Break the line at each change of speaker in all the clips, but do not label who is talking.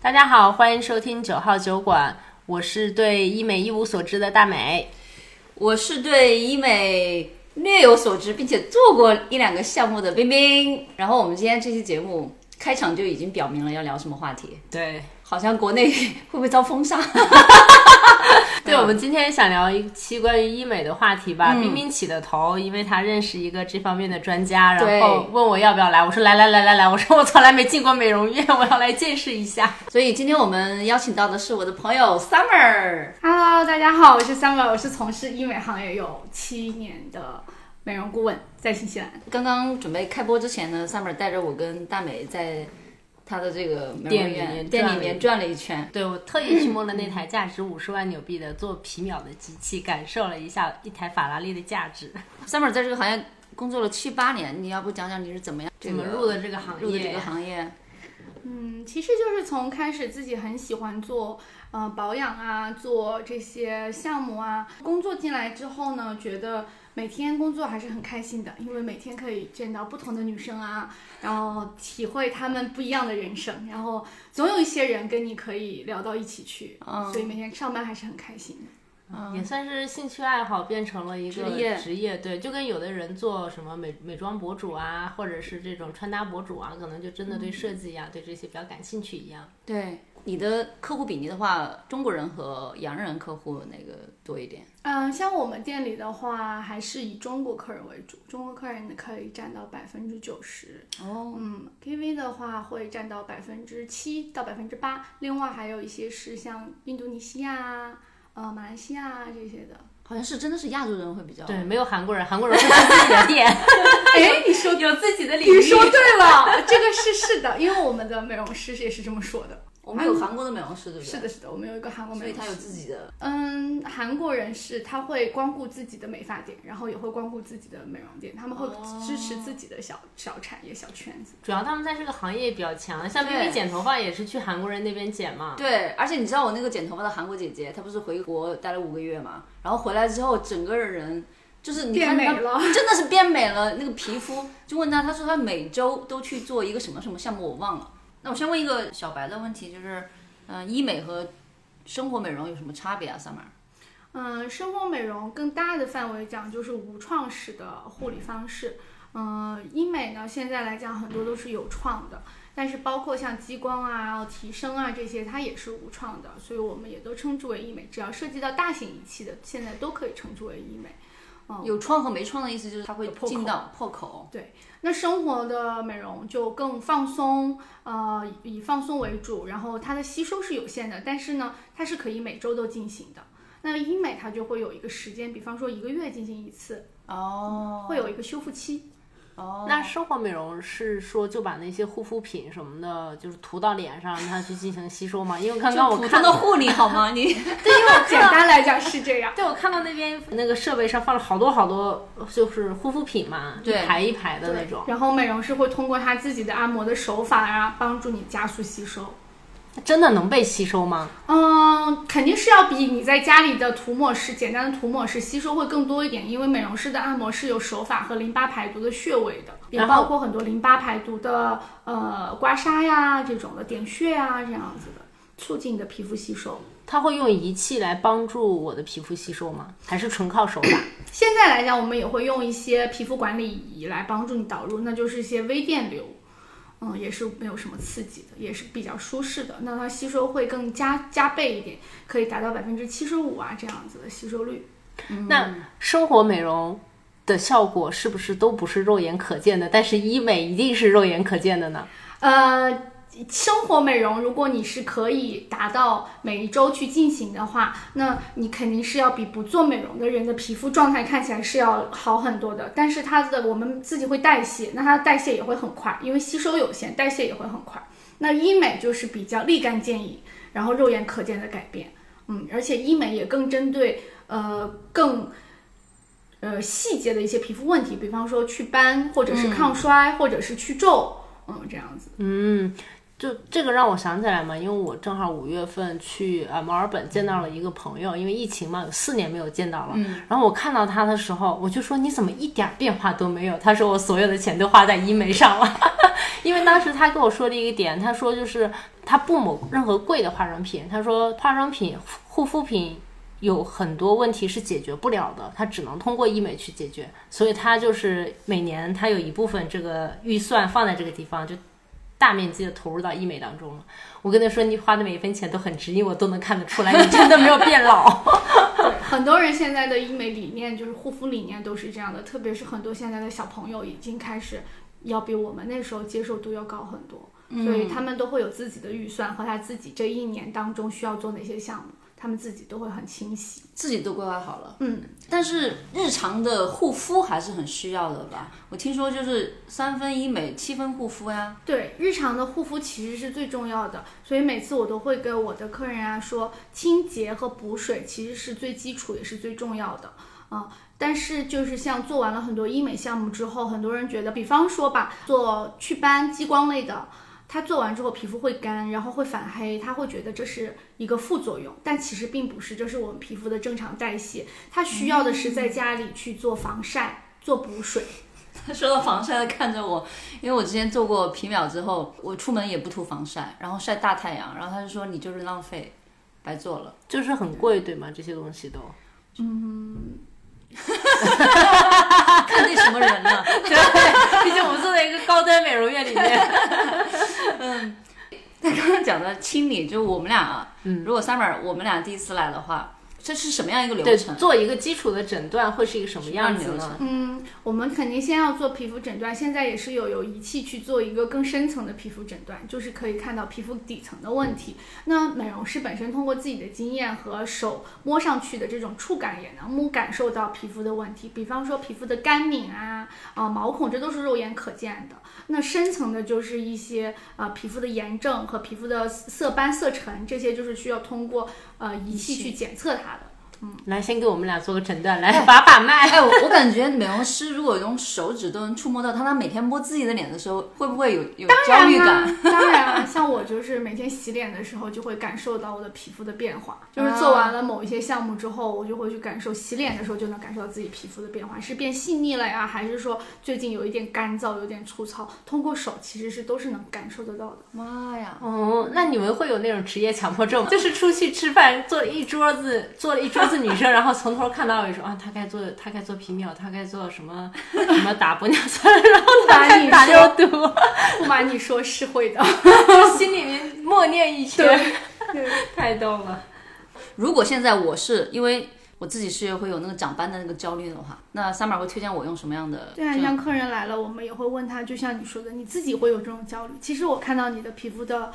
大家好，欢迎收听九号酒馆，我是对医美一无所知的大美。
我是对医美略有所知，并且做过一两个项目的冰冰。然后我们今天这期节目开场就已经表明了要聊什么话题，
对，
好像国内会不会遭封杀？
对，我们今天想聊一期关于医美的话题吧。冰冰起的头，因为她认识一个这方面的专家，然
对
后问我要不要来，我说来来来来来，我说我从来没进过美容院，我要来见识一下。
所以今天我们邀请到的是我的朋友 Summer。
Hello，大家好，我是 Summer，我是从事医美行业有七年的美容顾问，在新西兰。
刚刚准备开播之前呢，Summer 带着我跟大美在她的这个美容
店里面
院店
转
里
了
面转了一圈。
对我特意去摸了那台价值五十万纽币的做皮秒的机器，感受了一下一台法拉利的价值。
Summer 在这个行业工作了七八年，你要不讲讲你是怎么样、这
怎
个、
么入的这个行
入的这
业
个
呀
行业？
嗯，其实就是从开始自己很喜欢做呃保养啊，做这些项目啊。工作进来之后呢，觉得每天工作还是很开心的，因为每天可以见到不同的女生啊，然后体会她们不一样的人生，然后总有一些人跟你可以聊到一起去，
嗯
所以每天上班还是很开心的。
也算是兴趣爱好变成了一个
职业
职业对，就跟有的人做什么美美妆博主啊，或者是这种穿搭博主啊，可能就真的对设计呀、对这些比较感兴趣一样。
对你的客户比例的话，中国人和洋人客户那个多一点。
嗯，像我们店里的话，还是以中国客人为主，中国客人可以占到百分之九十。
哦，
嗯，KV 的话会占到百分之七到百分之八，另外还有一些是像印度尼西亚啊、呃马来西亚啊这些的。
好像是真的是亚洲人会比较
对，没有韩国人，韩国人会开自己的店，
哎，你说
有自己的领
你 说
域。
对了，啊这个是是的，因为我们的美容师也是这么说的。
我们有韩国的美容师，对不对？
是的，，是的，我们有一个韩国
所
美
以
容
他有
师。
自己的。
嗯，韩国人是他会光顾自己的美发店，然后也会光顾自己的美容店，他们会
哦
支持自己的小、小产业、小圈子。
主要他们在这个行业比较强，像冰冰
对
剪头发也是去韩国人那边剪嘛。
对，而且你知道我那个剪头发的韩国姐姐，她不是回国待了五个月嘛，然后回来之后整个人就是你看
变
她
美了
真的是变美了，那个皮肤。就问她，她说她每周都去做一个什么什么项目，我忘了。那我先问一个小白的问题，就是，嗯、医美和生活美容有什么差别啊，Summer？
嗯，生活美容更大的范围讲就是无创式的护理方式。嗯，医美呢，现在来讲很多都是有创的，但是包括像激光啊、然后提升啊这些，它也是无创的，所以我们也都称之为医美。只要涉及到大型仪器的，现在都可以称之为医美。
有创和没创的意思就是它会
有破
进
口
到破口。
那生活的美容就更放松，呃，以放松为主，然后它的吸收是有限的，但是呢，它是可以每周都进行的。那医美它就会有一个时间，比方说一个月进行一次，
哦
会有一个修复期。
哦，
那生活美容是说就把那些护肤品什么的，就是涂到脸上，让它去进行吸收嘛？因为刚刚我
就普
看
通
到
的护理好 吗？你
对，因为我简单来讲是这样。
对，我看到那边那个设备上放了好多好多，就是护肤品嘛，一
对
排一排的那
对
种，，
然后美容师会通过他自己的按摩的手法啊，帮助你加速吸收。
真的能被吸收吗？
嗯，肯定是要比你在家里的涂抹式、简单的涂抹式吸收会更多一点，因为美容师的按摩是有手法和淋巴排毒的穴位的，也
然后
包括很多淋巴排毒的呃刮痧呀这种的点穴啊这样子的，促进你的皮肤吸收。
它会用仪器来帮助我的皮肤吸收吗？还是纯靠手法？
现在来讲，我们也会用一些皮肤管理仪来帮助你导入，那就是一些微电流，嗯，也是没有什么刺激的，也是比较舒适的，那它吸收会更加加倍一点，可以达到百分之七十五啊这样子的吸收率。
那生活美容的效果是不是都不是肉眼可见的？但是医美一定是肉眼可见的呢？
呃，生活美容，如果你是可以达到每一周去进行的话，那你肯定是要比不做美容的人的皮肤状态看起来是要好很多的。但是它的我们自己会代谢，那它的代谢也会很快，因为吸收有限，代谢也会很快。那医美就是比较立竿见影，然后肉眼可见的改变，嗯，而且医美也更针对呃更。呃，细节的一些皮肤问题，比方说祛斑，或者是抗衰，或者是去皱，嗯，这样子。
就这个让我想起来嘛，因为我正好五月份去呃墨尔本见到了一个朋友，因为疫情嘛，有四年没有见到了。然后我看到他的时候，我就说你怎么一点儿变化都没有？他说我 所有的钱都花在医美上了，因为当时他跟我说了一个点，他说就是。他不抹任何贵的化妆品，他说化妆品、护肤品有很多问题是解决不了的，他只能通过医美去解决，所以他就是每年他有一部分这个预算放在这个地方，就大面积的投入到医美当中了。我跟他说，你花的每一分钱都很值，因为我都能看得出来，你真的没有变 老。
很多人现在的医美理念就是护肤理念都是这样的，特别是很多现在的小朋友已经开始要比我们那时候接受度要高很多，所以他们都会有自己的预算和他自己这一年当中需要做哪些项目，他们自己都会很清晰。
自己都规划好了，
嗯，
但是日常的护肤还是很需要的吧？我听说就是三分医美，七分护肤呀。
对，日常的护肤其实是最重要的，所以每次我都会跟我的客人啊说，清洁和补水其实是最基础也是最重要的啊、但是就是像做完了很多医美项目之后，很多人觉得，比方说吧，做祛斑、激光类的。它做完之后皮肤会干，然后会反黑，他会觉得这是一个副作用，但其实并不是，这是我们皮肤的正常代谢。它需要的是在家里去做防晒、做补水，
说到防晒，他看着我，因为我之前做过皮秒之后，我出门也不涂防晒，然后晒大太阳，然后他就说你就是浪费，白做了。
就是很贵，对吗？这些东西都，
啊看那什么人呢？
对，毕竟我们坐在一个高端美容院里面，
他刚刚讲的清理，就我们俩啊，如果 summer 我们俩第一次来的话，这是什么样一个 流
对，
程？
做一个基础的诊断会是一个什么样子
流
呢
程？
嗯，我们肯定先要做皮肤诊断，现在也是有有仪器去做一个更深层的皮肤诊断，就是可以看到皮肤底层的问题。那美容师本身通过自己的经验和手摸上去的这种触感，也能摸感受到皮肤的问题，比方说皮肤的干敏啊、啊、毛孔，这都是肉眼可见的。那深层的就是一些啊、皮肤的炎症和皮肤的色斑、色沉，这些就是需要通过呃仪器去检测它的。
来，先给我们俩做个诊断， 来把把脉。
哎，我我感觉美容师如果用手指都能触摸到他，他每天摸自己的脸的时候，会不会有有焦虑感？
当然啊，像我就是每天洗脸的时候，就会感受到我的皮肤的 变化。就是做完了某一些项目之后，我就会去感受洗脸的时候就能感受到自己皮肤的变化，是变细腻了呀，还是说最近有一点干燥，有点粗糙？通过手其实是都是能感受 得到的。
妈呀！
哦，那你们会有那种职业强迫症吗，就是出去吃饭，坐了一桌子，坐了一桌子女 生，然后从头看到尾说啊，她该做，她该做皮秒，她该做什 么什么打玻尿酸，然后
不
她
瞒
该
你
打肉
说，
毒，
不瞒你说是会的。
心里面默念一
对
圈， 太逗了。
如果现在我是因为我自己是会有那个长斑的那个焦虑的话，那 summer 会推荐我用什么样的？
对啊，像客人来了，我们也会问他，就像你说的，你自己会有这种焦虑。其实我看到你的皮肤的，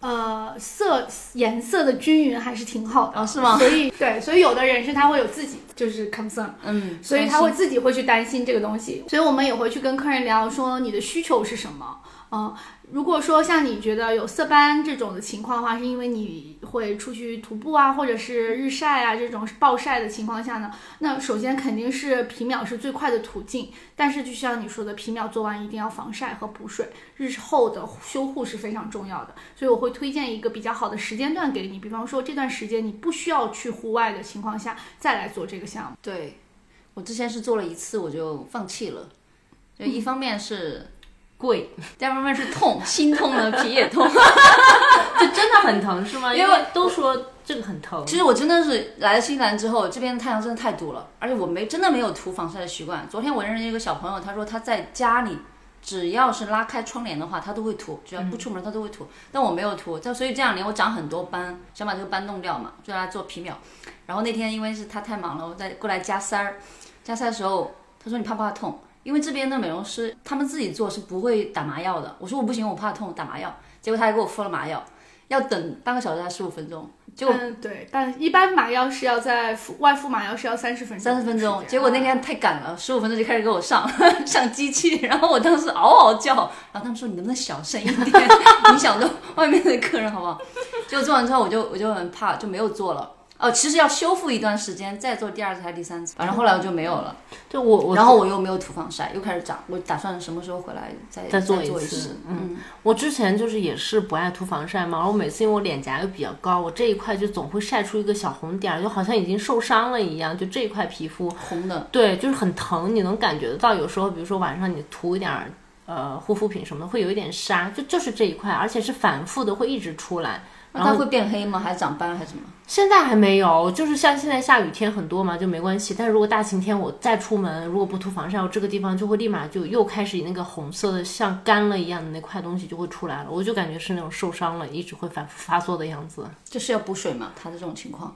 呃，色颜色的均匀还是挺好的，
哦是吗
所以对，所以有的人是他会有自己就是 concern，
嗯，
所以他会自己会去担心这个东西。所以我们也会去跟客人聊说你的需求是什么。嗯，如果说像你觉得有色斑这种的情况的话，是因为你会出去徒步啊，或者是日晒啊这种暴晒的情况下呢，那首先肯定是皮秒是最快的途径。但是就像你说的，皮秒做完一定要防晒和补水，日后的修护是非常重要的。所以我会推荐一个比较好的时间段给你，比方说这段时间你不需要去户外的情况下，再来做这个项目。
对，我之前是做了一次我就放弃了，就
嗯
一方面是，
贵，
第二方面是痛，心痛 了，皮也痛。
就真的很疼是吗？
因为
因为都说这个很疼，
其实我真的是来了新西兰之后，这边的太阳真的太毒了，而且我没真的没有涂防晒的习惯。昨天我认识一个小朋友，他说他在家里只要是拉开窗帘的话，他都会涂，只要不出门他都会涂。但我没有涂，但所以这两年我长很多斑，想把这个斑弄掉嘛，就让他做皮秒。然后那天因为是他太忙了，我再过来加塞儿，加塞儿的时候他说你怕不怕痛？因为这边的美容师他们自己做是不会打麻药的。我说我不行，我怕痛，打麻药。结果他还给我敷了麻药，要等半个小时还是十五分钟，结果
嗯，对，但一般麻药是要在敷外敷麻药是要三十分钟，
三十分钟，啊结果那天太赶了，十五分钟就开始给我上 上机器， 然后我当时嗷嗷叫，然后他们说你能不能小声一 点，影响到外面的客人好不好？结果做完之后我就我就很怕，就没有做了。哦，其实要修复一段时间，再做第二次还是第三次，反正后来我就没有了。
就我我
然后我又没有涂防晒，又开始长。我打算什么时候回来再
再
做
做一
一
次
次。
嗯，我之前就是也是不爱涂防晒嘛，然后每次因为我脸颊又比较高，我这一块就总会晒出一个小红点儿，就好像已经受伤了一样，就这一块皮肤，
红的
对，就是很疼，你能感觉得到。有时候比如说晚上你涂一点儿呃护肤品什么的，会有一点沙，就就是这一块，而且是反复的，会一直出来。
那它会变黑吗？还是长斑还是什么？
现在还没有，就是像现在下雨天很多嘛，就没关系。但如果大晴天我再出门，如果不涂防晒，我这个地方就会立马就又开始那个红色的像干了一样的那块东西就会出来了，我就感觉是那种受伤了，一直会反复发作的样子。
这是要补水吗？它的这种情况，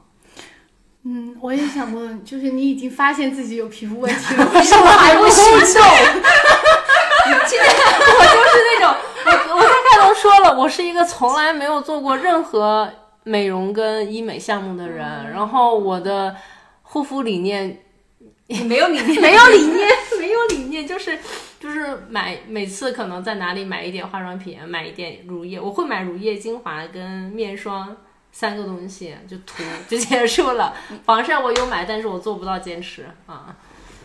嗯，我也想问，就是你已经发现自己有皮肤问题了， 为
什么还不 行动？
今天我就是那种， 我我刚才都说了，我是一个从来没有做过任何美容跟医美项目的人，然后我的护肤理念
你没有理念，
没有理念， 没有理念，就是就是买每次可能在哪里买一点化妆品，买一点乳液，我会买乳液、精华跟面霜三个东西就涂就结束了。防晒我有买，但是我做不到坚持 啊。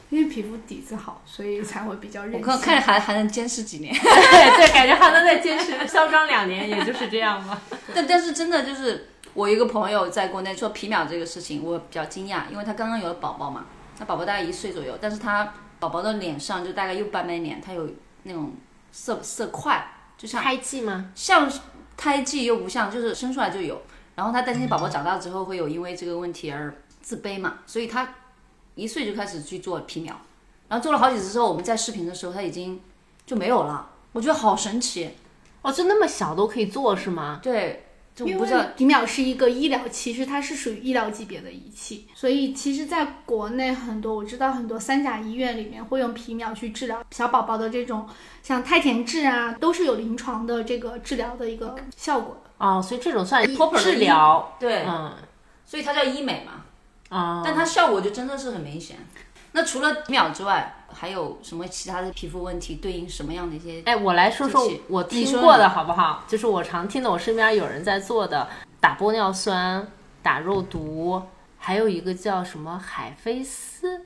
因为皮肤底子好，所以才会比较任
我
性。
看看还还能坚持几年。
对对，感觉还能再坚持嚣张两年，也就是这样吧。
但但是真的就是我一个朋友在国内说皮秒这个事情，我比较惊讶，因为他刚刚有了宝宝嘛，他宝宝大概一岁左右，但是他宝宝的脸上就大概又半边脸，他有那种色色块，就像
胎记吗？
像胎记又不像，就是生出来就有。然后他担心宝宝长大之后会有因为这个问题而自卑嘛，所以他一岁就开始去做皮秒，然后做了好几次之后，我们在视频的时候他已经就没有了，我觉得好神奇。
哦，就那么小都可以做是吗？
对，就
因
我不
为
知道
皮秒是一个医疗器，其实它是属于医疗级别的仪器，所以其实在国内很多我知道很多三甲医院里面会用皮秒去治疗小宝宝的这种像胎前痣啊，都是有临床的这个治疗的一个效果的。
哦，所以这种算
哎 proper 的
治疗，
对，
嗯
所以它叫医美嘛，
啊，
但它效果就真的是很明显。那除了皮秒之外，还有什么其他的皮肤问题对应什么样的一些？
哎，我来说说
机器
我
你
听
说
过
你
的好不好？就是我常听的，我身边有人在做的，打玻尿酸、打肉毒，还有一个叫什么海飞丝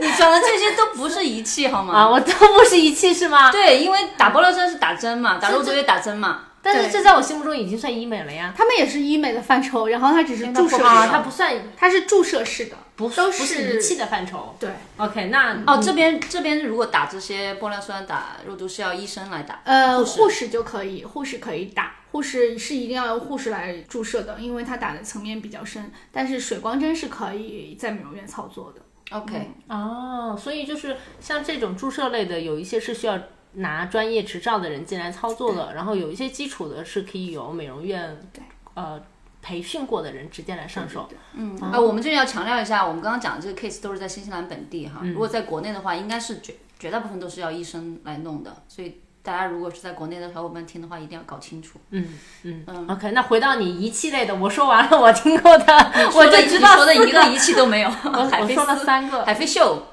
你讲的这些都不是仪器好吗？
啊，我都不是仪器是吗？
对，因为打玻尿酸是打针嘛，打肉毒也打针嘛。
但是
对
这在我心目中已经算医美了呀。
他们也是医美的范畴，然后它只是
哎
注射式
啊，它
的，
不算
它是注射式的，
不
都
不是仪器的范畴。
对。
OK，那
哦，这边这边如果打这些玻尿酸、打肉毒是要医生来打，
呃，
护士
护士就可以，护士可以打，护士是一定要由护士来注射的，因为它打的层面比较深。但是水光针是可以在美容院操作的。
OK，、
哦，所以就是像这种注射类的，有一些是需要拿专业执照的人进来操作的，然后有一些基础的是可以有美容院
对
呃培训过的人直接来上手。
嗯啊，我们这里要强调一下，我们刚刚讲的这个 case 都是在新西兰本地哈，
嗯
如果在国内的话，应该是绝绝大部分都是要医生来弄的，所以大家如果是在国内的小伙伴听的话，一定要搞清楚。
嗯嗯 OK，那回到你仪器类的，我说完了，我听过的， 我
说的
就知道
你说的
四
一个仪器都没有，
我
海
我
飞
说了
丝
三个，
海飞秀，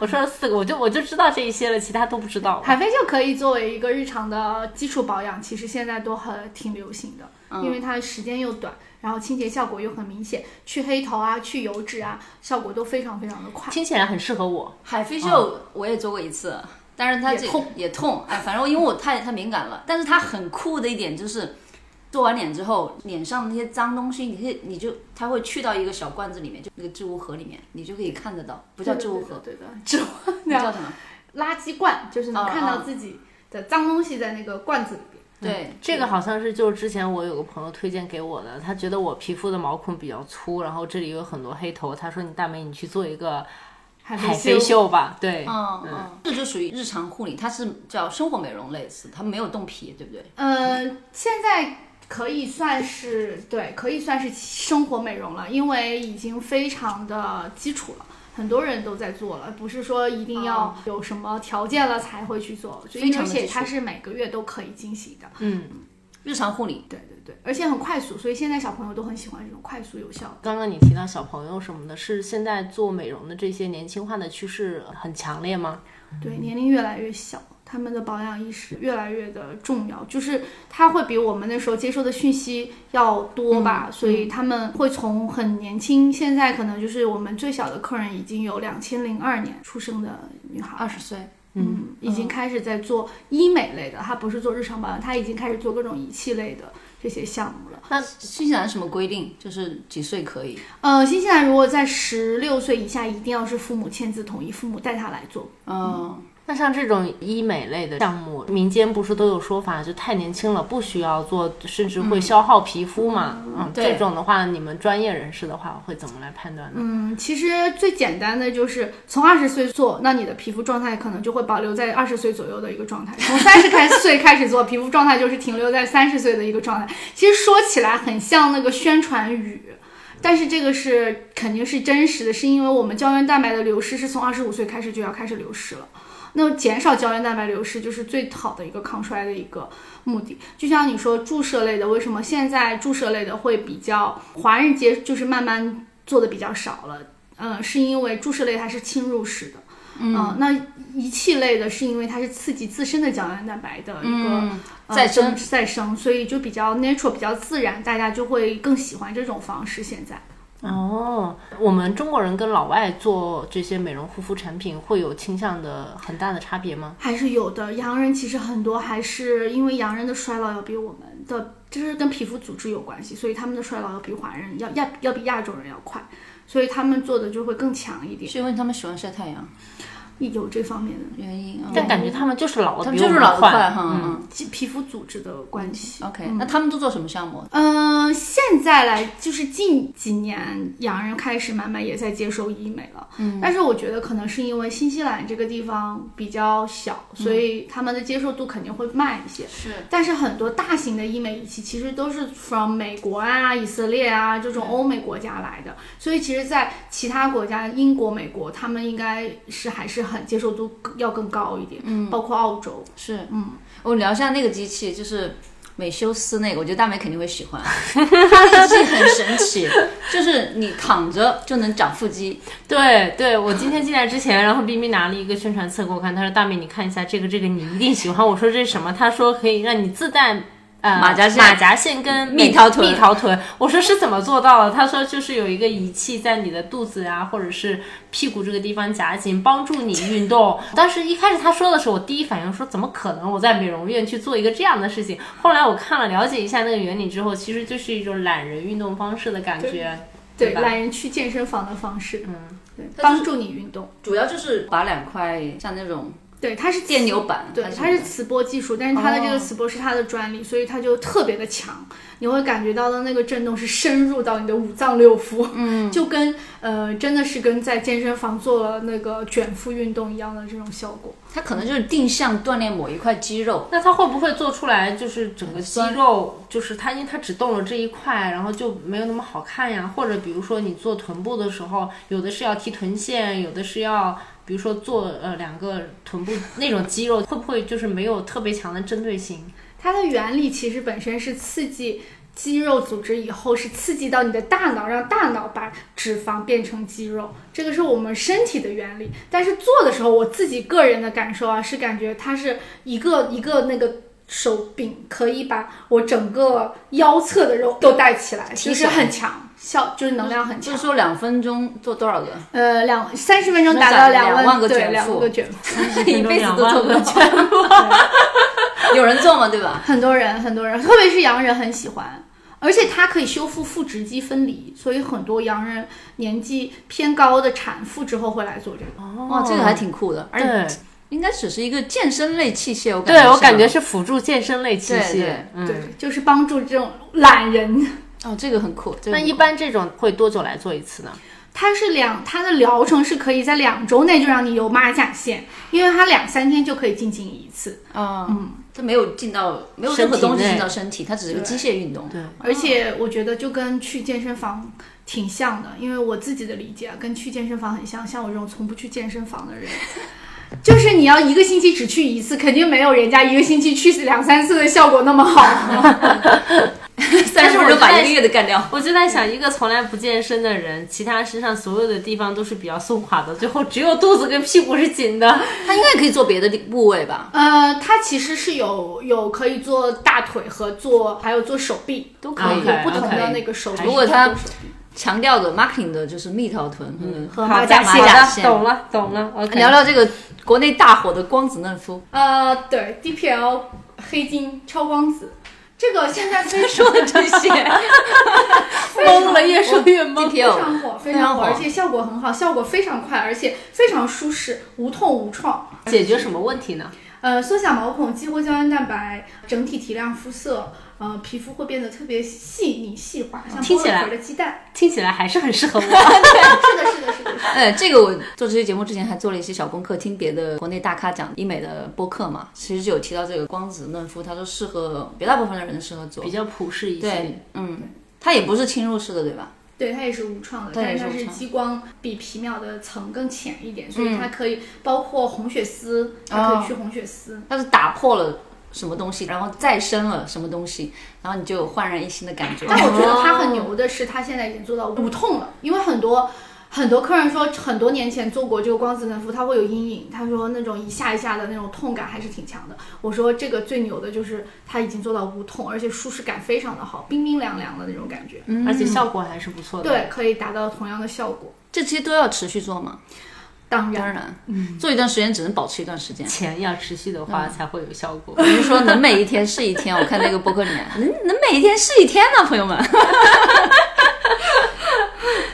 我说了四个，我就我就知道这一些了，其他都不知
哦
道了。
海飞就可以作为一个日常的基础保养，其实现在都很挺流行的，
嗯
因为它时间又短，然后清洁效果又很明显，去黑头啊、去油脂啊，效果都非常非常的快。
听起来很适合我，
海飞
哦
秀我也做过一次，但是它
也
这
痛
也痛，哎，反正因为我太太敏感了，但是它很酷的一点就是。做完脸之后，脸上的那些脏东西，你可以，你就它会去到一个小罐子里面，就那个置物盒里面，你就可以看得到，不叫置物盒，
对的，对的对的
那
置物
叫什么？
垃圾罐，就是能
哦
看到
哦
自己的脏东西在那个罐子里边。
对，
这个好像是就是之前我有个朋友推荐给我的，他觉得我皮肤的毛孔比较粗，然后这里有很多黑头，他说你大美你去做一个
海
海
飞
飞
秀，
秀吧，对，
嗯嗯，这就属于日常护理，它是叫生活美容类似，它没有动皮，对不对？
呃，现在可以算是对，可以算是生活美容了，因为已经非常的基础了。很多人都在做了，不是说一定要有什么条件了才会去做，所
哦非
以
常
而
地
且
基础
它是每个月都可以进行的，
日常护理，
对对对，而且很快速，所以现在小朋友都很喜欢这种快速有效的。
刚刚你提到小朋友什么的，是现在做美容的这些年轻化的趋势很强烈吗？
对，年龄越来越小，他们的保养意识越来越的重要，就是他会比我们那时候接受的讯息要
嗯
多吧，所以他们会从很年轻，现在可能就是我们最小的客人已经有两千零二年出生的女孩，嗯
二十嗯岁，
嗯，已经开始在做医美类的，她不是做日常保养，她已经开始做各种仪器类的这些项目了。
那新西兰什么规定？就是几岁可以？
呃，新西兰如果在十六岁以下，一定要是父母签字同意，父母带他来做。
嗯，
那像这种医美类的项目，民间不是都有说法，就太年轻了不需要做，甚至会消耗皮肤嘛？嗯，
对
这种的话，你们专业人士的话会怎么来判断呢？
嗯，其实最简单的就是从二十岁做，那你的皮肤状态可能就会保留在二十岁左右的一个状态。从三十开 岁开始做，皮肤状态就是停留在三十岁的一个状态。其实说起来很像那个宣传语。但是这个是肯定是真实的，是因为我们胶原蛋白的流失是从二十五岁开始就要开始流失了。那减少胶原蛋白流失就是最好的一个抗衰的一个目的。就像你说注射类的，为什么现在注射类的会比较华人街就是慢慢做的比较少了？嗯，是因为注射类它是侵入式的，嗯、那仪器类的是因为它是刺激自身的胶原蛋白的一个、
嗯
呃
再生
再生，所以就比较 natural 比较自然，大家就会更喜欢这种方式。现在。
哦，我们中国人跟老外做这些美容护肤产品会有倾向的很大的差别吗？
还是有的。洋人其实很多还是因为洋人的衰老要比我们的，就是跟皮肤组织有关系，所以他们的衰老要比华人要亚要比亚洲人要快，所以他们做的就会更强一点，
是因为他们喜欢晒太阳
有这方面的
原因啊。
但感觉他们就是老
他
的
们
比
就
我
是
们
老得
快
快哈。
嗯
嗯
肌皮肤组织的关系。
OK，、那他们都做什么项目？
嗯、现在来就是近几年，洋人开始慢慢也在接受医美了。嗯，但是我觉得可能是因为新西兰这个地方比较小，所以他们的接受度肯定会慢一些。
是
但是很多大型的医美仪器其实都是 from 美国啊、以色列啊这种欧美国家来的，所以其实，在其他国家，英国、美国，他们应该是还是很接受度更要更高一点，嗯，包括澳洲，
是，
嗯，
我聊一下那个机器，就是美修斯那个，我觉得大美肯定会喜 欢，它那个机器很神奇，就是你躺着就能长腹肌，
对对，我今天进来之前，然后冰冰拿了一个宣传册给我看，她说：“大美，你看一下这个这个，你一定喜欢。”我说：“这是什么？”她说：“可以让你自带。”呃，
马甲线
马甲线跟
蜜桃臀
蜜桃臀，我说是怎么做到的？她说就是有一个仪器在你的肚子啊，或者是屁股这个地方夹紧，帮助你运动。当时一开始她说的时候，我第一反应说怎么可能？我在美容院去做一个这样的事情。后来我看了了解一下那个原理之后，其实就是一种懒人运动方式的感觉，
对，
吧？
懒人去健身房的方式，
嗯，
对，
它就是
帮助你运动，
主要就是把两块像那种
对，它是
电流板，
对，
还
它是磁波技术，但是它的这
哦
个磁波是它的专利，所以它就特别的强，你会感觉到的那个震动是深入到你的五脏六腑，嗯，就跟呃真的是跟在健身房做了那个卷腹运动一样的这种效果。
它可能就是定向锻炼某一块肌肉，
那它会不会做出来就是整个肌
酸
肉，就是它因为它只动了这一块，然后就没有那么好看呀？或者比如说你做臀部的时候，有的是要提臀线，有的是要比如说做呃两个臀部那种肌肉，会不会就是没有特别强的针对性？
它的原理其实本身是刺激肌肉组织以后，是刺激到你的大脑，让大脑把脂肪变成肌肉，这个是我们身体的原理。但是做的时候，我自己个人的感受啊，是感觉它是一个一个那个。手柄可以把我整个腰侧的肉都带起来，
提
就是
神
很强，效就是能量很
就
强
是。说两分钟做多少个？
呃，两三十分钟
能
达
攒
到
两
万
万个
对
卷腹
两个卷腹，
一辈子都做不
了。
到， 有人做吗？对吧？
很多人，很多人， 特别是洋人很喜欢，而且它可以修复腹直肌分离，所以很多洋人年纪偏高的产妇之后会来做这个。
哇，哦这个还挺酷的，而且
对
应该只是一个健身类器械，我感觉
对，我
是
感
吧
觉是辅助健身类器
对
械
对。
嗯，
对，就是帮助这种懒人。
哦，这个很酷。这个
那
很
一
酷
般这种会多久来做一次呢？
它是两，它的疗程是可以在两周内就让你有马甲线，因为它两三天就可以进行一次，
啊，嗯，它没有进到，没有任何
身体
东西
内
进到身体，它只是个机械运动。
对，
而
哦
且我觉得就跟去健身房。挺像的，因为我自己的理解啊跟去健身房很像。像我这种从不去健身房的 人，就是你要一个星期只去一次，肯定没有人家一个星期去两三次的效果那 么好。
三十
但是
分
我
钟把
在
一个月的干掉。
我就在想，一个从来不健身的人，其他身上所有的地方都是比较松垮的，最后只有肚子跟屁股是紧的。
它应该也可以做别的地部位吧？
呃，它其实是有有可以做大腿和做，还有做手臂都
可以
有不同
OK，OK
的那个手臂。
如果它
做手臂
强调的 marketing 的就是蜜桃臀嗯
和
马
马
甲
甲
好
线
甲
的，
线。
懂了，懂了。OK，
聊聊这个 国内大火的光子嫩肤，
呃，对，DPL 黑金超光子，这个现 在非常
说这些，
懵了，越说越
今
懵。
天
非
我
常火，非
非常
常火，
火
而且效果很好，效果非常快，而且非常舒适，无痛无创。
解决什么问题呢？
呃，缩小毛孔，激活胶原蛋白，整体提亮肤色，呃，皮肤会变得特别细腻细滑，像
听
剥
起来
了壳的鸡蛋。
听起来还是很适合我。
是的，是的，是的，是的。
呃，这个我做这期节目之前还做了一些小功课，听别的国内大咖讲医美的播客嘛，其实就有提到这个光子嫩肤，他说适合绝大部分的人适合做
比。较普适一些。
对，嗯，它也不是侵入式的，对吧？
对，它也是无创的，嗯
它也
但
是
是它
无
是
创
激光比皮秒的层更浅一点，所以它可以包括红血丝，它可以去红血丝。
它是打破了什么东西，然后再生了什么东西，然后你就有焕然一新的感觉。
但我觉得它很牛的是，它现在已经做到无痛了，因为很多。很多客人说，很多年前做过这个光子嫩肤，他会有阴影。他说那种一下一下的那种痛感还是挺强的。我说这个最牛的就是它已经做到无痛，而且舒适感非常的好，冰冰凉凉的那种感觉。
而且效果还是不错的。
对，可以达到同样的效果。
这些都要持续做嘛？
当然，
当然，做一段时间只能保持一段时间。
钱要持续的花才会有效果。
比如说能每一天是一天，我看那个博客里面， 能能每一天是一天呢、朋友们。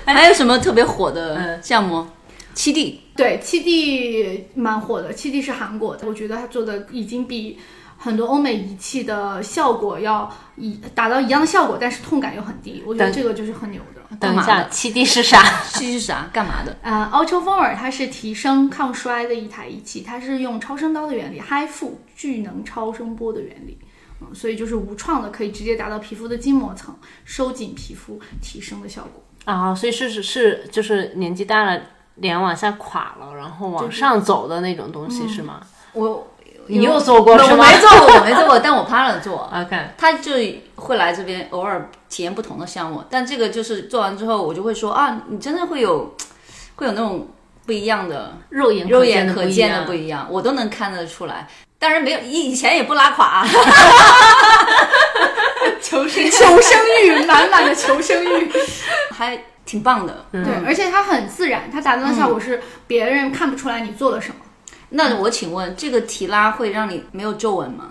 还有什么特别火的项目？七 D
对，七 D 蛮火的，七 D 是韩国的，我觉得它做的已经比很多欧美仪器的效果要一达到一样的效果，但是痛感又很低，我觉得这个就是很牛的。
等一
干嘛
下，七 D 是啥？
七 D 是啥？干嘛的？
呃，Ultra Former 它是提升抗衰的一台仪器，它是用超声刀的原理嗨复聚能超声波的原理。嗯，所以就是无创的，可以直接达到皮肤的筋膜层，收紧皮肤，提升的效果。
啊，所以是是是，就是年纪大了，脸往下垮了，然后往上走的那种东西是吗？
我
你又做过是
我
吗
没做过，我没做过，但我 partner 做。
？OK，
他就会来这边偶尔体验不同的项目，但这个就是做完之后，我就会说啊，你真的会有，会有那种不一样的
肉眼
肉眼可见
的
的
不
不
一样。
一样，我都能看得出来。当然没有，以以前也不拉垮、啊，
求生求生欲，满满的求生欲。
还挺棒的。
对，而且它很自然，它达到的效果是别人看不出来你做了什么。
那我请问，这个提拉会让你没有皱纹吗？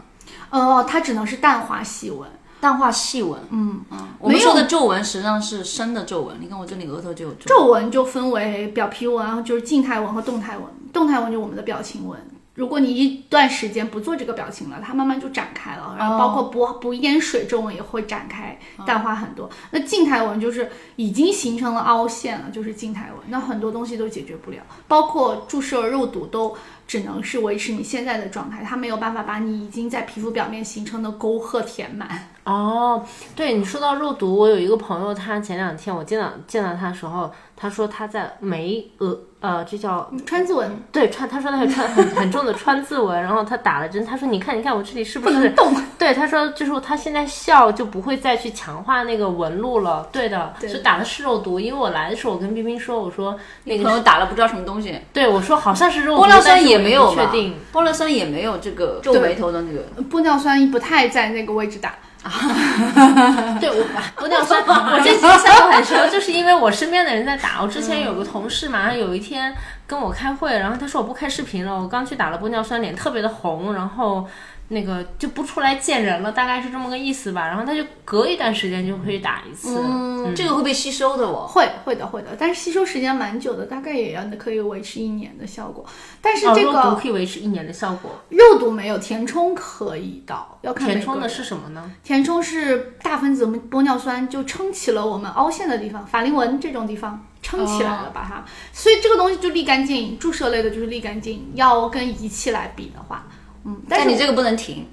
呃，它只能是淡化细纹，
淡化细纹。
嗯，
我们
没有
说的皱纹实际上是深的皱纹，你看我这里额头就有皱纹。
皱纹就分为表皮纹，然后就是静态纹和动态纹。动态纹就是我们的表情纹。如果你一段时间不做这个表情了，它慢慢就展开了，然后包括
哦
补补一点水，皱纹也会展开，淡化很多。那静态纹就是已经形成了凹陷了，就是静态纹。那很多东西都解决不了，包括注射肉毒都只能是维持你现在的状态，它没有办法把你已经在皮肤表面形成的沟壑填满。
哦，对你说到肉毒，我有一个朋友，他前两天我见到见到他的时候，他说他在眉额呃，这叫
川字纹
对川，他说他有川很很重的川字纹，然后他打了针，他说你看你看我这里是不
不
是
能动，
对，他说就是他现在笑就不会再去强化那个纹路了。对的，
对
就打的是肉毒，因为我来的时候我跟冰冰说，我说那
可能
个
我打了不知道什么东西，
对我说好像是肉毒，
玻尿
但
酸
是
也
我
没有
不确
吧
定。？
玻尿酸也没有这个皱眉头的那个。
玻尿酸不太在那个位置打。
对，我玻尿酸，我这期笑得很熟，就是因为我身边的人在打。我之前
嗯
有个同事嘛，有一天跟我开会，然后他说我不开视频了，我刚去打了玻尿酸，脸特别的红，然后。那个就不出来见人了，大概是这么个意思吧。然后他就隔一段时间就会打一次。
嗯，这个会被吸收的哦。
会会的会的，但是吸收时间蛮久的，大概也要可以维持一年的效果。但是
哦，
这
肉毒
个
可以维持一年的效果。
肉毒没有，填充可以到，要看
填
每个
充的
人
是什么呢？
填充是大分子玻尿酸，就撑起了我们凹陷的地方，法令纹这种地方撑起来
哦
了，把它，所以这个东西就立竿见影。注射类的就是立竿见影，要跟仪器来比的话，嗯，但
但
是
你这个不能停。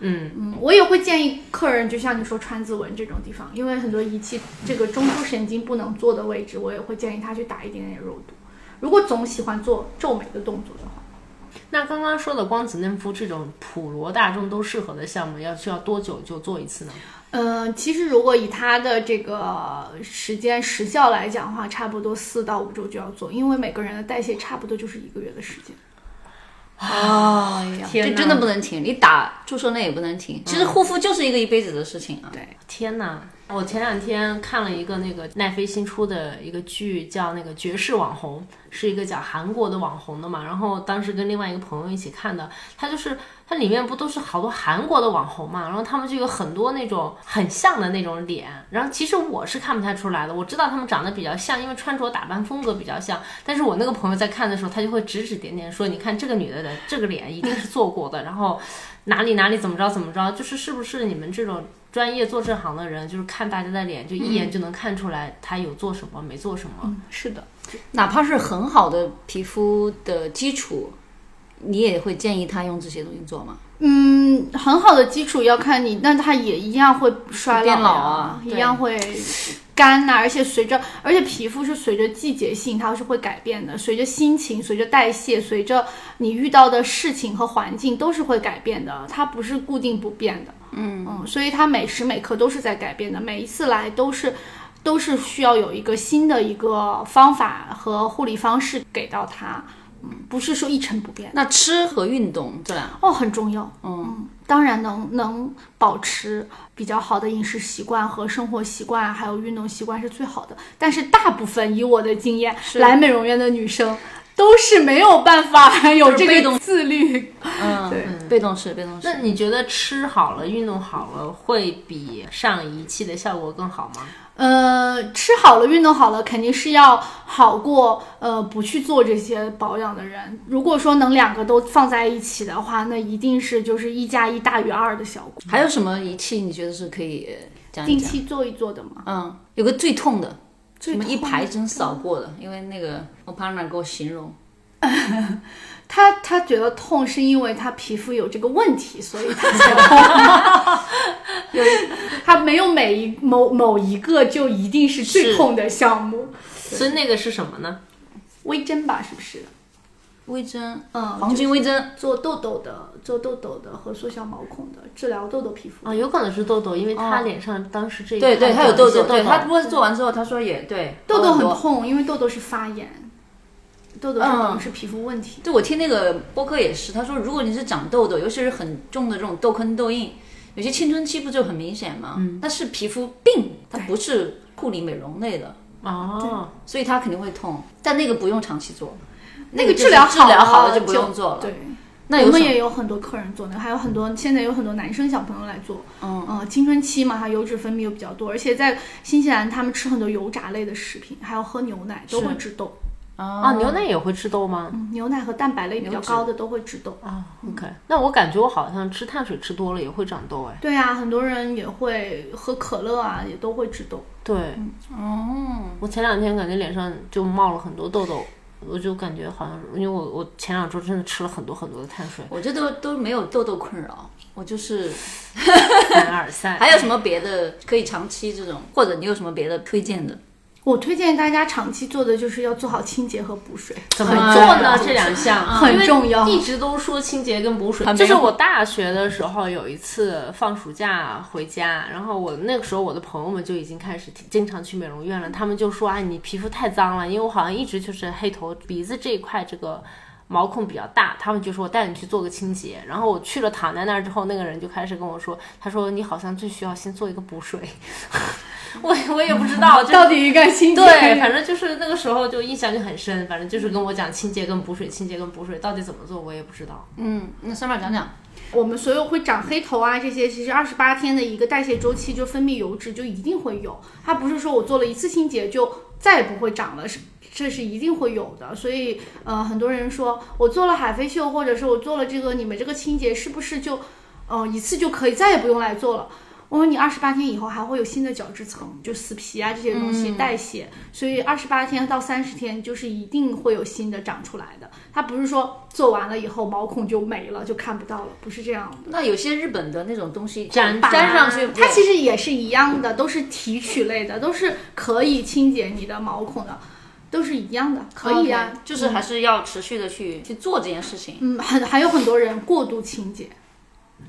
嗯，
嗯，我也会建议客人，就像你说川字纹这种地方，因为很多仪器这个中枢神经不能做的位置，我也会建议他去打一点点肉毒。如果总喜欢做皱眉的动作的话，
那刚刚说的光子嫩肤这种普罗大众都适合的项目，要需要多久就做一次呢？
嗯、其实如果以它的这个时间时效来讲的话，差不多四到五周就要做，因为每个人的代谢差不多就是一个月的时间。
哎呀，
天
这
哪
真的不能停。你打注射那也不能停。其实护肤就是一个一辈子的事情啊。
对，
天哪！我前两天看了一个那个奈飞新出的一个剧，叫那个《绝世网红》，是一个讲韩国的网红的嘛。然后当时跟另外一个朋友一起看的，它就是它里面不都是好多韩国的网红嘛，然后他们就有很多那种很像的那种脸。然后其实我是看不太出来的，我知道他们长得比较像，因为穿着打扮风格比较像。但是我那个朋友在看的时候，他就会指指点点说：“你看这个女的的这个脸一定是做过的，然后哪里哪里怎么着怎么着，就是是不是你们这种专业做这行的人，就是看大家的脸，就一眼就能看出来他有做什么，没做什么。
嗯，是的，
哪怕是很好的皮肤的基础，你也会建议他用这些东西做吗？
嗯，很好的基础要看你，但它也一样会衰老
变
呀
老啊
一
对
样会干呐、啊而且随着，而且皮肤是随着季节性它是会改变的，随着心情、随着代谢、随着你遇到的事情和环境都是会改变的，它不是固定不变的。嗯嗯，所以它每时每刻都是在改变的，每一次来都是。都是需要有一个新的一个方法和护理方式给到它，嗯，不是说一成不变。
那吃和运动这两，
哦，很重要。嗯，当然能能保持比较好的饮食习惯和生活习惯，还有运动习惯是最好的。但是大部分以我的经验，来美容院的女生都是没有办法有
就是
这
被
个
动
自律。
嗯，
对，
被动式，被动式
那。你觉得吃好了，运动好了，会比上一期的效果更好吗？
呃，吃好了，运动好了，肯定是要好过呃不去做这些保养的人。如果说能两个都放在一起的话，那一定是就是一加一大于二的效果。
还有什么仪器你觉得是可以呃讲一
定
讲？
期做一做的嘛，
嗯，有个最痛的，
最
什么一
痛
排针扫过的，因为那个我 partner 给我形容，
他他觉得痛是因为他皮肤有这个问题，所以他才痛。 有他没有每一某某一个就一定是最
是
痛的项目，
所以那个是什么呢？
微针吧，是不是？
微针，
嗯
黄金微针，
做痘痘的，做痘痘的和缩小毛孔的，治疗痘痘皮肤
啊，有可能是痘痘，因为他脸上当时这一
对对，
看
他有
长了
痘
一些
痘，对他
痘
不过做完之后，他说也对，
痘
好
痘很
多。
痛，因为痘痘是发炎，痘痘是
嗯
可能是皮肤问题。
对，我听那个播客也是，他说如果你是长痘痘，尤其是很重的这种痘坑痘印，有些青春期不就很明显吗？嗯，但是皮肤病，它不是护理美容类的，
哦，
所以它肯定会痛，但那个不用长期做，
个
就是治
疗好
疗好啊
了
就不用做了。
对，
那
我
有
们
什么
也有很多客人做那个，还有很多现在有很多男生小朋友来做，
嗯
呃青春期嘛，他油脂分泌又比较多，而且在新西兰他们吃很多油炸类的食品，还有喝牛奶都
是
会致痘，
啊，
啊
牛奶也会吃痘吗？
嗯，牛奶和蛋白类比较
油脂
高的都会致痘。
啊，OK，那我感觉我好像吃碳水吃多了也会长痘哎。
对啊，很多人也会喝可乐啊，也都会致痘。
对，
哦，，
我前两天感觉脸上就冒了很多痘痘，我就感觉好像因为我我前两周真的吃了很多很多的碳水
我这都都没有痘痘困扰，我就是
凡尔赛。
还有什么别的可以长期这种，或者你有什么别的推荐的？
我推荐大家长期做的就是要做好清洁和补水，
怎么做呢？
啊
这两项
啊
因为
很重要
一直都说清洁跟补水
很，没
这
用
是我大学的时候有一次放暑假回家，然后我那个时候我的朋友们就已经开始经常去美容院了，他们就说哎你皮肤太脏了，因为我好像一直就是黑头鼻子这一块这个。毛孔比较大，他们就说我带你去做个清洁，然后我去了躺在那儿之后，那个人就开始跟我说，他说你好像最需要先做一个补水， 我我也不知道，就是
到底应该清 洁？
对，反正就是那个时候就印象就很深，反正就是跟我讲清洁跟补水，清洁跟补水到底怎么做我也不知道。
嗯，那三妹讲讲。
我们所有会长黑头啊这些，其实二十八天的一个代谢周期，就分泌油脂就一定会有，它不是说我做了一次清洁就再也不会长了，是这是一定会有的。所以呃，很多人说我做了海飞秀，或者是我做了这个你们这个清洁，是不是就呃一次就可以再也不用来做了？我说你二十八天以后还会有新的角质层，就死皮啊这些东西代谢，所以二十八天到三十天就是一定会有新的长出来的。它不是说做完了以后毛孔就没了就看不到了，不是这样的。
那有些日本的那种东西
粘
粘上去，
它其实也是一样的，都是提取类的，都是可以清洁你的毛孔的，都是一样的，可以啊。
OK，就是嗯还是要持续的去、去做这件事情。
嗯，很还有很多人过度清洁，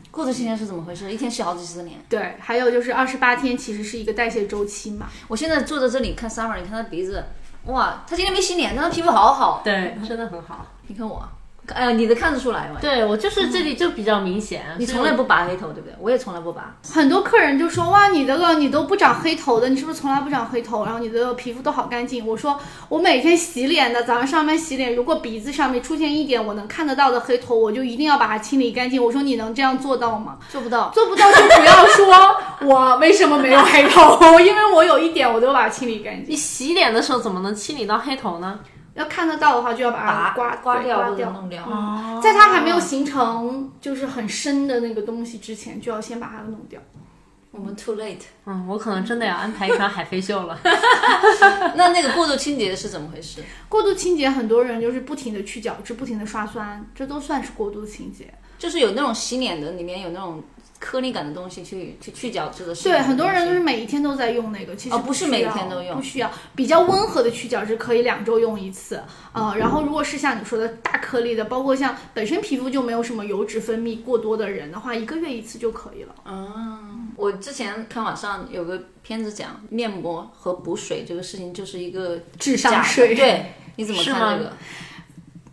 过度清洁是怎么回事？一天洗好几十脸。
对，还有就是二十八天其实是一个代谢周期嘛，
我现在坐在这里看 Summer，你看她鼻子，哇，她今天没洗脸，但她皮肤好好。
对，真的很好。
你看我，呃，你的看得出来吗？
嗯对我就是这里就比较明显，啊
你
所以
从
我
来不拔黑头，对不对？我也从来不拔。
很多客人就说哇，你的你都不长黑头的，你是不是从来不长黑头？然后你的皮肤都好干净。我说我每天洗脸的，早上上班洗脸，如果鼻子上面出现一点我能看得到的黑头，我就一定要把它清理干净。我说你能这样做到吗？
做不到。
做不到就不要说我为什么没有黑头，因为我有一点我都把它清理干净。
你洗脸的时候怎么能清理到黑头呢？
要看得到的话，就要把它
拔
刮
刮
对
掉
刮
或者
掉。
弄掉。嗯
哦
在它还没有形成就是很深的那个东西之前，就要先把它弄掉。
我们 too late。
嗯，我可能真的要安排一场海飞秀了。
那那个过度清洁是怎么回事？
过度清洁，很多人就是不停的去角质，不停的刷酸，这都算是过度清洁。
就是有那种洗脸的，里面有那种颗粒感的东西去去去角质的。是
对，
吗
很多人就是每一天都在用那个，其实
哦不是
需要
每天都用
不需要。比较温和的去角质可以两周用一次，呃，然后如果是像你说的大颗粒的，包括像本身皮肤就没有什么油脂分泌过多的人的话，一个月一次就可以了。
我之前看网上有个片子讲面膜和补水这个事情，就是一个
智
假
商
的
税，
对，你怎么
是吗
看这个？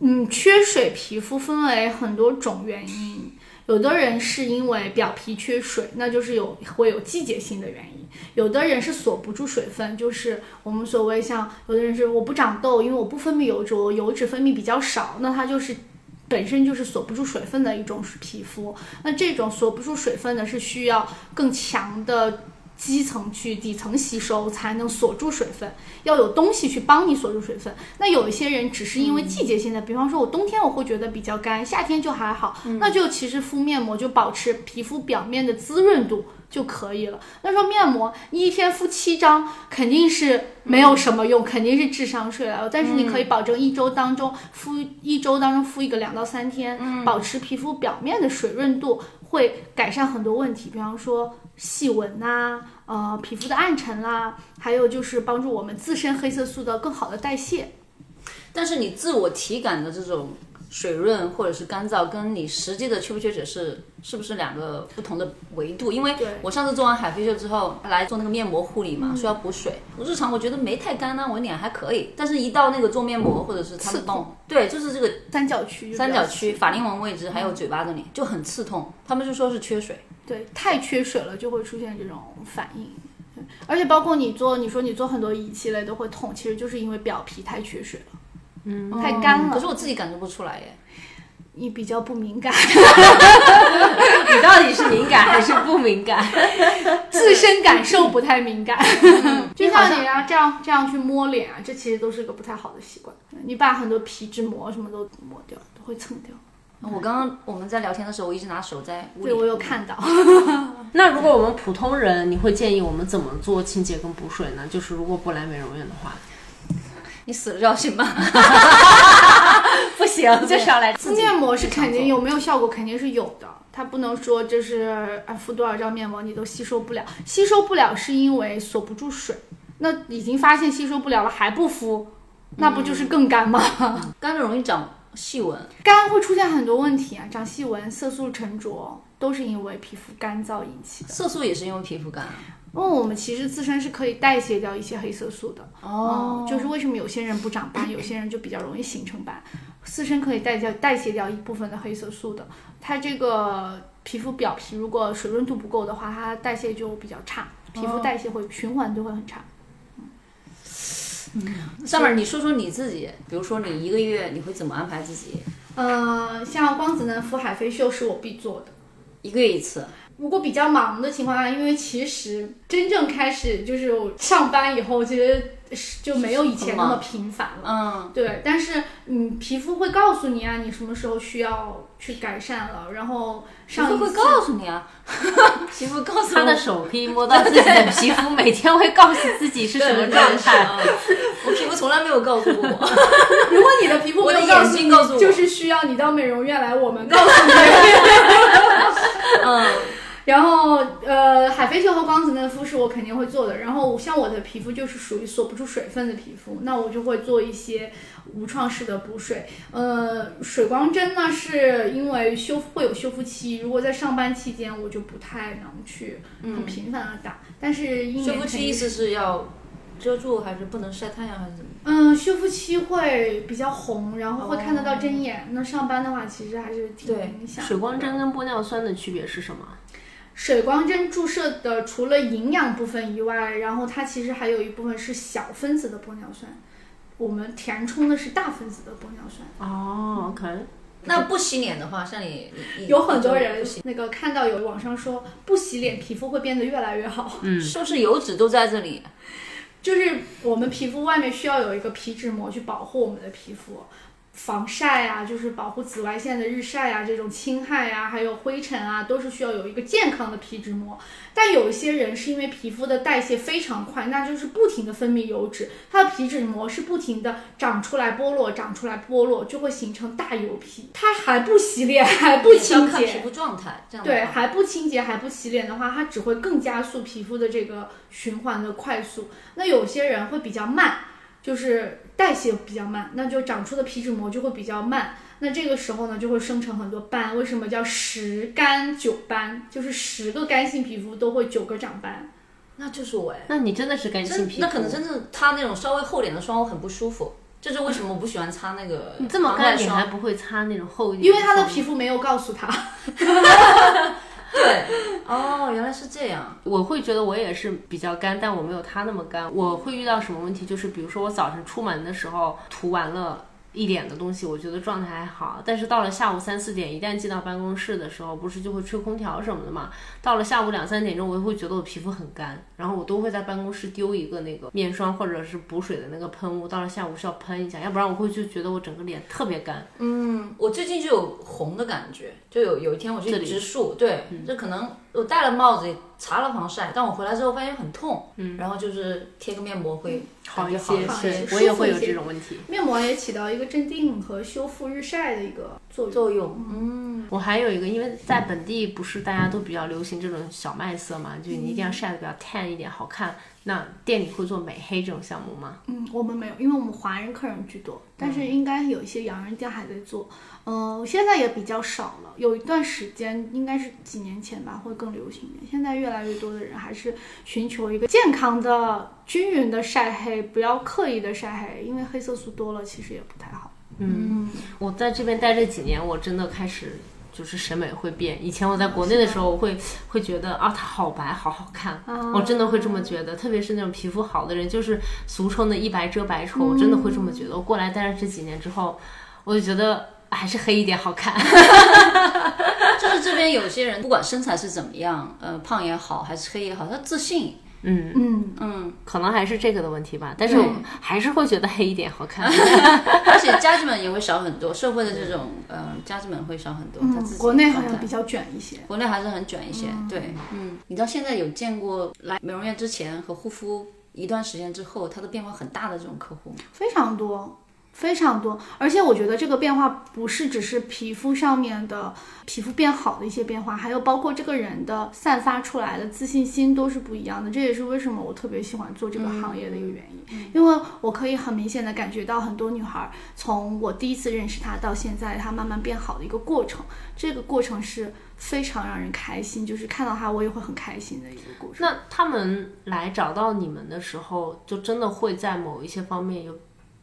嗯，缺水皮肤分为很多种原因，有的人是因为表皮缺水，那就是有会有季节性的原因；有的人是锁不住水分，就是我们所谓像有的人是我不长痘，因为我不分泌油脂，我油脂分泌比较少，那它就是。本身就是锁不住水分的一种皮肤，那这种锁不住水分呢，是需要更强的基层去底层吸收，才能锁住水分，要有东西去帮你锁住水分。那有一些人只是因为季节性的，比方说我冬天我会觉得比较干，夏天就还好，那就其实敷面膜就保持皮肤表面的滋润度就可以了。那说面膜，你一天敷七张肯定是没有什么用，肯定是智商税了。但是你可以保证一周当中敷一周当中敷一个两到三天，保持皮肤表面的水润度，会改善很多问题，比方说细纹呐、呃皮肤的暗沉啦、还有就是帮助我们自身黑色素的更好的代谢。
但是你自我体感的这种水润或者是干燥，跟你实际的缺不缺水是是不是两个不同的维度？因为
对嗯
我上次做完海飞秀之后来做那个面膜护理嘛，说要补水。我日常我觉得没太干啊，我脸还可以。但是一到那个做面膜或者是他
刺
们
痛
帮我，对，就是这个
三角区就比较
三角区、法令纹位置还有嘴巴这里就很刺痛，他们就说是缺水。
对，太缺水了就会出现这种反应。对而且包括你做，你说你做很多仪器类都会痛，其实就是因为表皮太缺水了，嗯，太干了，
可是我自己感觉不出来耶。
你比较不敏感，
你到底是敏感还是不敏感？
自身感受不太敏感，就
好
像你啊这样这样去摸脸啊，这其实都是个不太好的习惯，你把很多皮脂膜什么都抹掉，都会蹭掉。
我刚刚我们在聊天的时候，我一直拿手在捂
对
脸
我有看到，
那如果我们普通人，你会建议我们怎么做清洁跟补水呢？就是如果不来美容院的话，
你死了就要信吧。
不行，就是要来 自己
面膜是肯定有没有效果肯定是有的，它不能说就是啊敷多少张面膜你都吸收不了，吸收不了是因为锁不住水，那已经发现吸收不了了还不敷，那不
嗯
就是更干吗？
干了容易长细纹，
干会出现很多问题啊，长细纹、色素沉着都是因为皮肤干燥引起的。
色素也是因为皮肤啊干。
因为我们其实自身是可以代谢掉一些黑色素的，嗯，就是为什么有些人不长斑，有些人就比较容易形成斑，自身可以代谢代谢掉一部分的黑色素的。它这个皮肤表皮如果水润度不够的话，它代谢就比较差，皮肤代谢会循环就会很差。
上面你说说你自己，比如说你一个月你会怎么安排自己？
呃，像光子嫩肤海飞秀是我必做的。
一个月一次，
如果比较忙的情况下，因为其实真正开始就是我上班以后，其实是就没有以前那么频繁了。
嗯，
对，但是嗯，皮肤会告诉你啊，你什么时候需要去改善了，然后
皮
上
肤
一
会
次
告诉你啊， 皮肤告诉
他的
我
手可以摸到自己的皮肤，每天会告诉自己是什么状态。
啊， 我皮肤从来没有告诉过我，
如果你的皮肤
我
没
的
有告
眼
诉
睛告诉
你，
我
就是需要你到美容院来，我们告诉你。
嗯，
然后呃，海飞秀和光子嫩肤是我肯定会做的。然后像我的皮肤就是属于锁不住水分的皮肤，那我就会做一些无创式的补水。呃，水光针呢，是因为修复会有修复期，如果在上班期间，嗯我就不太能去很频繁的打。但是一
修
年
复
肯
期意
定
思是要遮住，还是不能晒太阳，还是怎么？
嗯，修复期会比较红，然后会看得到针眼。那上班的话，其实还是挺
对
影响的。
水光针跟玻尿酸的区别是什么？
水光针注射的除了营养部分以外，然后它其实还有一部分是小分子的玻尿酸，我们填充的是大分子的玻尿酸。
哦，OK，
那不洗脸的话，像你，你你
有很多
你
人
就不洗
那个看到有网上说不洗脸皮肤会变得越来越好，
是不是油脂都在这里？
就是我们皮肤外面需要有一个皮脂膜去保护我们的皮肤，防晒啊，就是保护紫外线的日晒啊，这种侵害啊，还有灰尘啊，都是需要有一个健康的皮脂膜。但有一些人是因为皮肤的代谢非常快，那就是不停的分泌油脂，它的皮脂膜是不停的长出来剥落，长出来剥落，就会形成大油皮。它还不洗脸，还不
是要
清
看
洁
皮，肤状态，这样的
对，
话
还不清洁还不洗脸的话，它只会更加速皮肤的这个循环的快速。那有些人会比较慢，就是代谢比较慢，那就长出的皮脂膜就会比较慢。那这个时候呢，就会生成很多斑。为什么叫十干九斑？就是十个干性皮肤都会九个长斑。
那就是我哎，
那你真的是干性
真
皮肤？
那可能真的擦那种稍微厚点的霜，我很不舒服。这是为什么我不喜欢擦那个
你这么
防
干，
晒
你
霜
还不会擦那种厚一点？
因为它的皮，肤没有告诉他，
对，哦，原来是这样。
我会觉得我也是比较干，但我没有他那么干。我会遇到什么问题？就是比如说我早晨出门的时候涂完了。一脸的东西，我觉得状态还好，但是到了下午三四点，一旦进到办公室的时候，不是就会吹空调什么的嘛？到了下午两三点钟，我会觉得我皮肤很干，然后我都会在办公室丢一个那个面霜或者是补水的那个喷雾，到了下午是要喷一下，要不然我会就觉得我整个脸特别干。
嗯，我最近就有红的感觉，就有有一天我去
这里
植树，对，
嗯
这可能我戴了帽子，也擦了防晒，但我回来之后发现很痛，嗯，然后就是贴个面膜会
嗯 好一
感觉好
些，
一
好
对
一些
我也
舒服
会
一
有
些
这种 问题。
面膜也起到一个镇定和修复日晒的一个作用。
作用。 嗯，
我还有一个，因为在本地不是大家都比较流行这种小麦色嘛，就你一定要晒得比较 tan 一点，好看。那店里会做美黑这种项目吗？
嗯，我们没有，因为我们华人客人居多，
嗯
但是应该有一些洋人店还在做。嗯、现在也比较少了，有一段时间应该是几年前吧，会更流行一点。现在越来越多的人还是寻求一个健康的、均匀的晒黑，不要刻意的晒黑，因为黑色素多了其实也不太好。
嗯，我在这边待这几年，我真的开始就是审美会变。以前我在国内的时候，我会会觉得啊，它好白，好好看，
啊
我真的会这么觉得。特别是那种皮肤好的人，就是俗称的“一白遮百丑”，我真的会这么觉得。我过来待了这几年之后，我就觉得还是黑一点好看。
就是这边有些人不管身材是怎么样，呃，胖也好还是黑也好，他自信，
嗯，
嗯，
嗯，
可能还是这个的问题吧，但是
对
我还是会觉得黑一点好看。
而且家具们也会少很多，社会的这种呃家具们会少很多，他自己
嗯，国内好
状
像
态
比较卷一些。
国内还是很卷一些，对，嗯，你到现在有见过来美容院之前和护肤一段时间之后，它的变化很大的这种客 户吗？
非常多，非常多。而且我觉得这个变化不是只是皮肤上面的皮肤变好的一些变化，还有包括这个人的散发出来的自信心都是不一样的。这也是为什么我特别喜欢做这个行业的一个原因，因为我可以很明显的感觉到很多女孩儿从我第一次认识她到现在，她慢慢变好的一个过程。这个过程是非常让人开心，就是看到她我也会很开心的一个过程。
那他们来找到你们的时候，就真的会在某一些方面有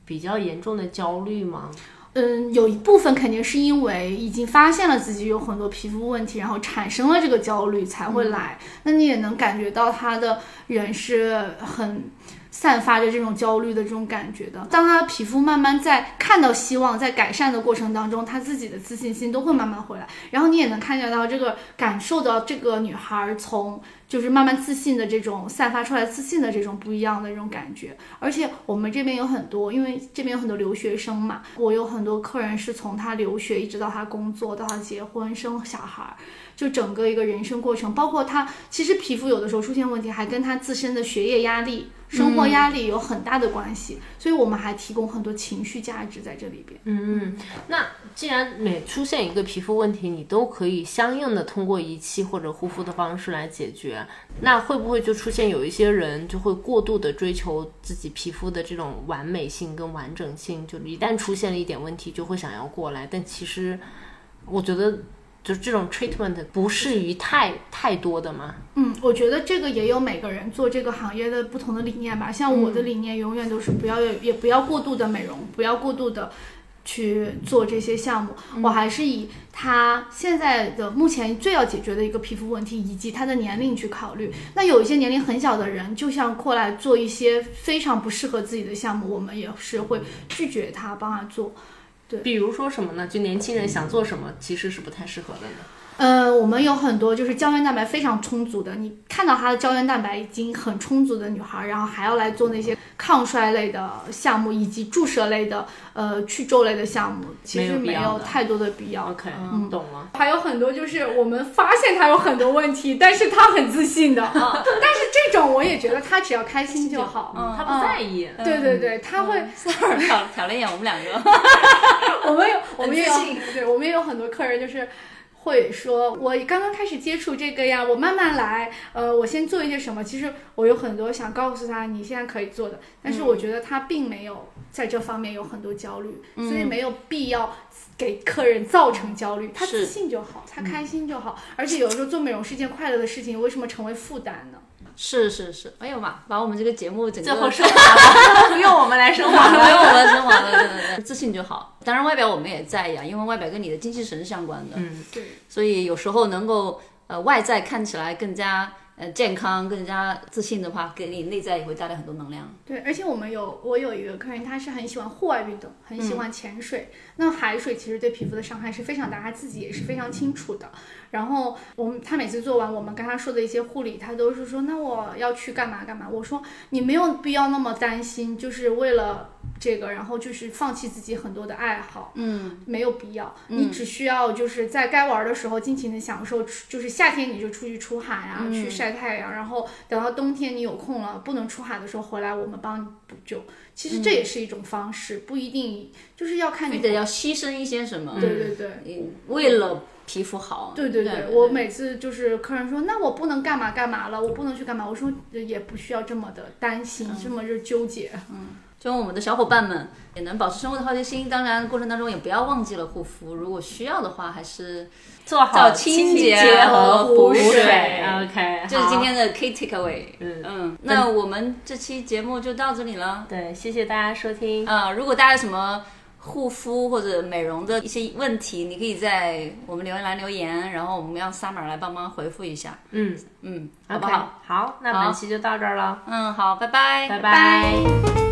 比较严重的焦虑吗？
嗯，有一部分肯定是因为已经发现了自己有很多皮肤问题，然后产生了这个焦虑才会来。那你也能感觉到他的人是很散发着这种焦虑的这种感觉的。当他皮肤慢慢在看到希望，在改善的过程当中，他自己的自信心都会慢慢回来。然后你也能看见到这个，感受到这个女孩从就是慢慢自信的这种散发出来自信的这种不一样的这种感觉。而且我们这边有很多，因为这边有很多留学生嘛，我有很多客人是从他留学一直到他工作，到他结婚生小孩儿，就整个一个人生过程，包括他其实皮肤有的时候出现问题，还跟他自身的学业压力、生活压力有很大的关系。所以我们还提供很多情绪价值在这里边。
嗯，那既然每出现一个皮肤问题，你都可以相应的通过仪器或者护肤的方式来解决，那会不会就出现有一些人就会过度的追求自己皮肤的这种完美性跟完整性？就一旦出现了一点问题，就会想要过来，但其实我觉得就这种 treatment 不适于太太多的嘛。
嗯，我觉得这个也有每个人做这个行业的不同的理念吧。像我的理念永远都是不要有，也不要过度的美容，不要过度的去做这些项目。我还是以他现在的目前最要解决的一个皮肤问题，以及他的年龄去考虑。那有一些年龄很小的人，就像过来做一些非常不适合自己的项目，我们也是会拒绝他，帮他做。
比如说什么呢？就年轻人想做什么，其实是不太适合的呢。
呃，我们有很多就是胶原蛋白非常充足的，你看到她的胶原蛋白已经很充足的女孩，然后还要来做那些抗衰类的项目，以及注射类的、呃去皱类的项目，其实
没
没
有必要
有
的
太多的必要。
OK，、
嗯
懂了。
还有很多就是我们发现她有很多问题，但是她很自信的
哦
啊。但是这种我也觉得她只要开心就好。嗯
嗯
他不在意。
对对对，她会，
三儿瞟瞟了一眼我们两个，
我们有，我们也有
很自，
对，我们也有很多客人就是。会说，我刚刚开始接触这个呀，我慢慢来，呃，我先做一些什么。其实我有很多想告诉他，你现在可以做的，
嗯
但是我觉得他并没有在这方面有很多焦虑，所
嗯
以没有必要给客人造成焦虑，他自
是嗯
信就好，他开心就好。而且有的时候做美容是一件快乐的事情，为什么成为负担呢？
是是是，哎呦妈，把我们这个节目整
最后
个
升华 了，不用我们来升华
没有
了。
我们升华了，对对对，自信就好。当然外表我们也在意啊，因为外表跟你的精气神是相关的，
嗯，
对，
所以有时候能够呃外在看起来更加呃健康、更加自信的话，给你内在也会带来很多能量。
对，而且我们有我有一个客人，他是很喜欢户外运动，很
嗯
喜欢潜水。那海水其实对皮肤的伤害是非常大，他自己也是非常清楚的。然后我们他每次做完我们跟他说的一些护理，他都是说那我要去干嘛干嘛。我说你没有必要那么担心，就是为了这个，然后就是放弃自己很多的爱好。
嗯，
没有必要，你只需要就是在该玩的时候尽情的享受，就是夏天你就出去出海啊，去
嗯
晒太阳，然后等到冬天你有空了不能出海的时候回来，我们帮你补救。其实这
嗯
也是一种方式，不一定就是要看
非
你。
得
对
要牺牲一些什么，
对对。
嗯，为了皮肤好。
对对对，我每次就是客人说，那我不能干嘛干嘛了，我不能去干嘛，我说呃也不需要这么的担心，这么的纠结。
希望我们的小伙伴们也能保持生活的好奇心，当然过程当中也不要忘记了护肤，如果需要的话，还是
做好
叫
清
清洁
和
和
补
补水
OK，
这是今天的 key takeaway。
嗯
嗯，那我们这期节目就到这里了。
好对，谢谢大家收听。
啊，如果大家有什么护肤或者美容的一些问题，你可以在我们留言栏留言，然后我们让 Summer 来帮忙回复一下。
嗯
嗯，好
OK，
不好？
好，那本期就到这儿了，
嗯，好，拜拜，
拜拜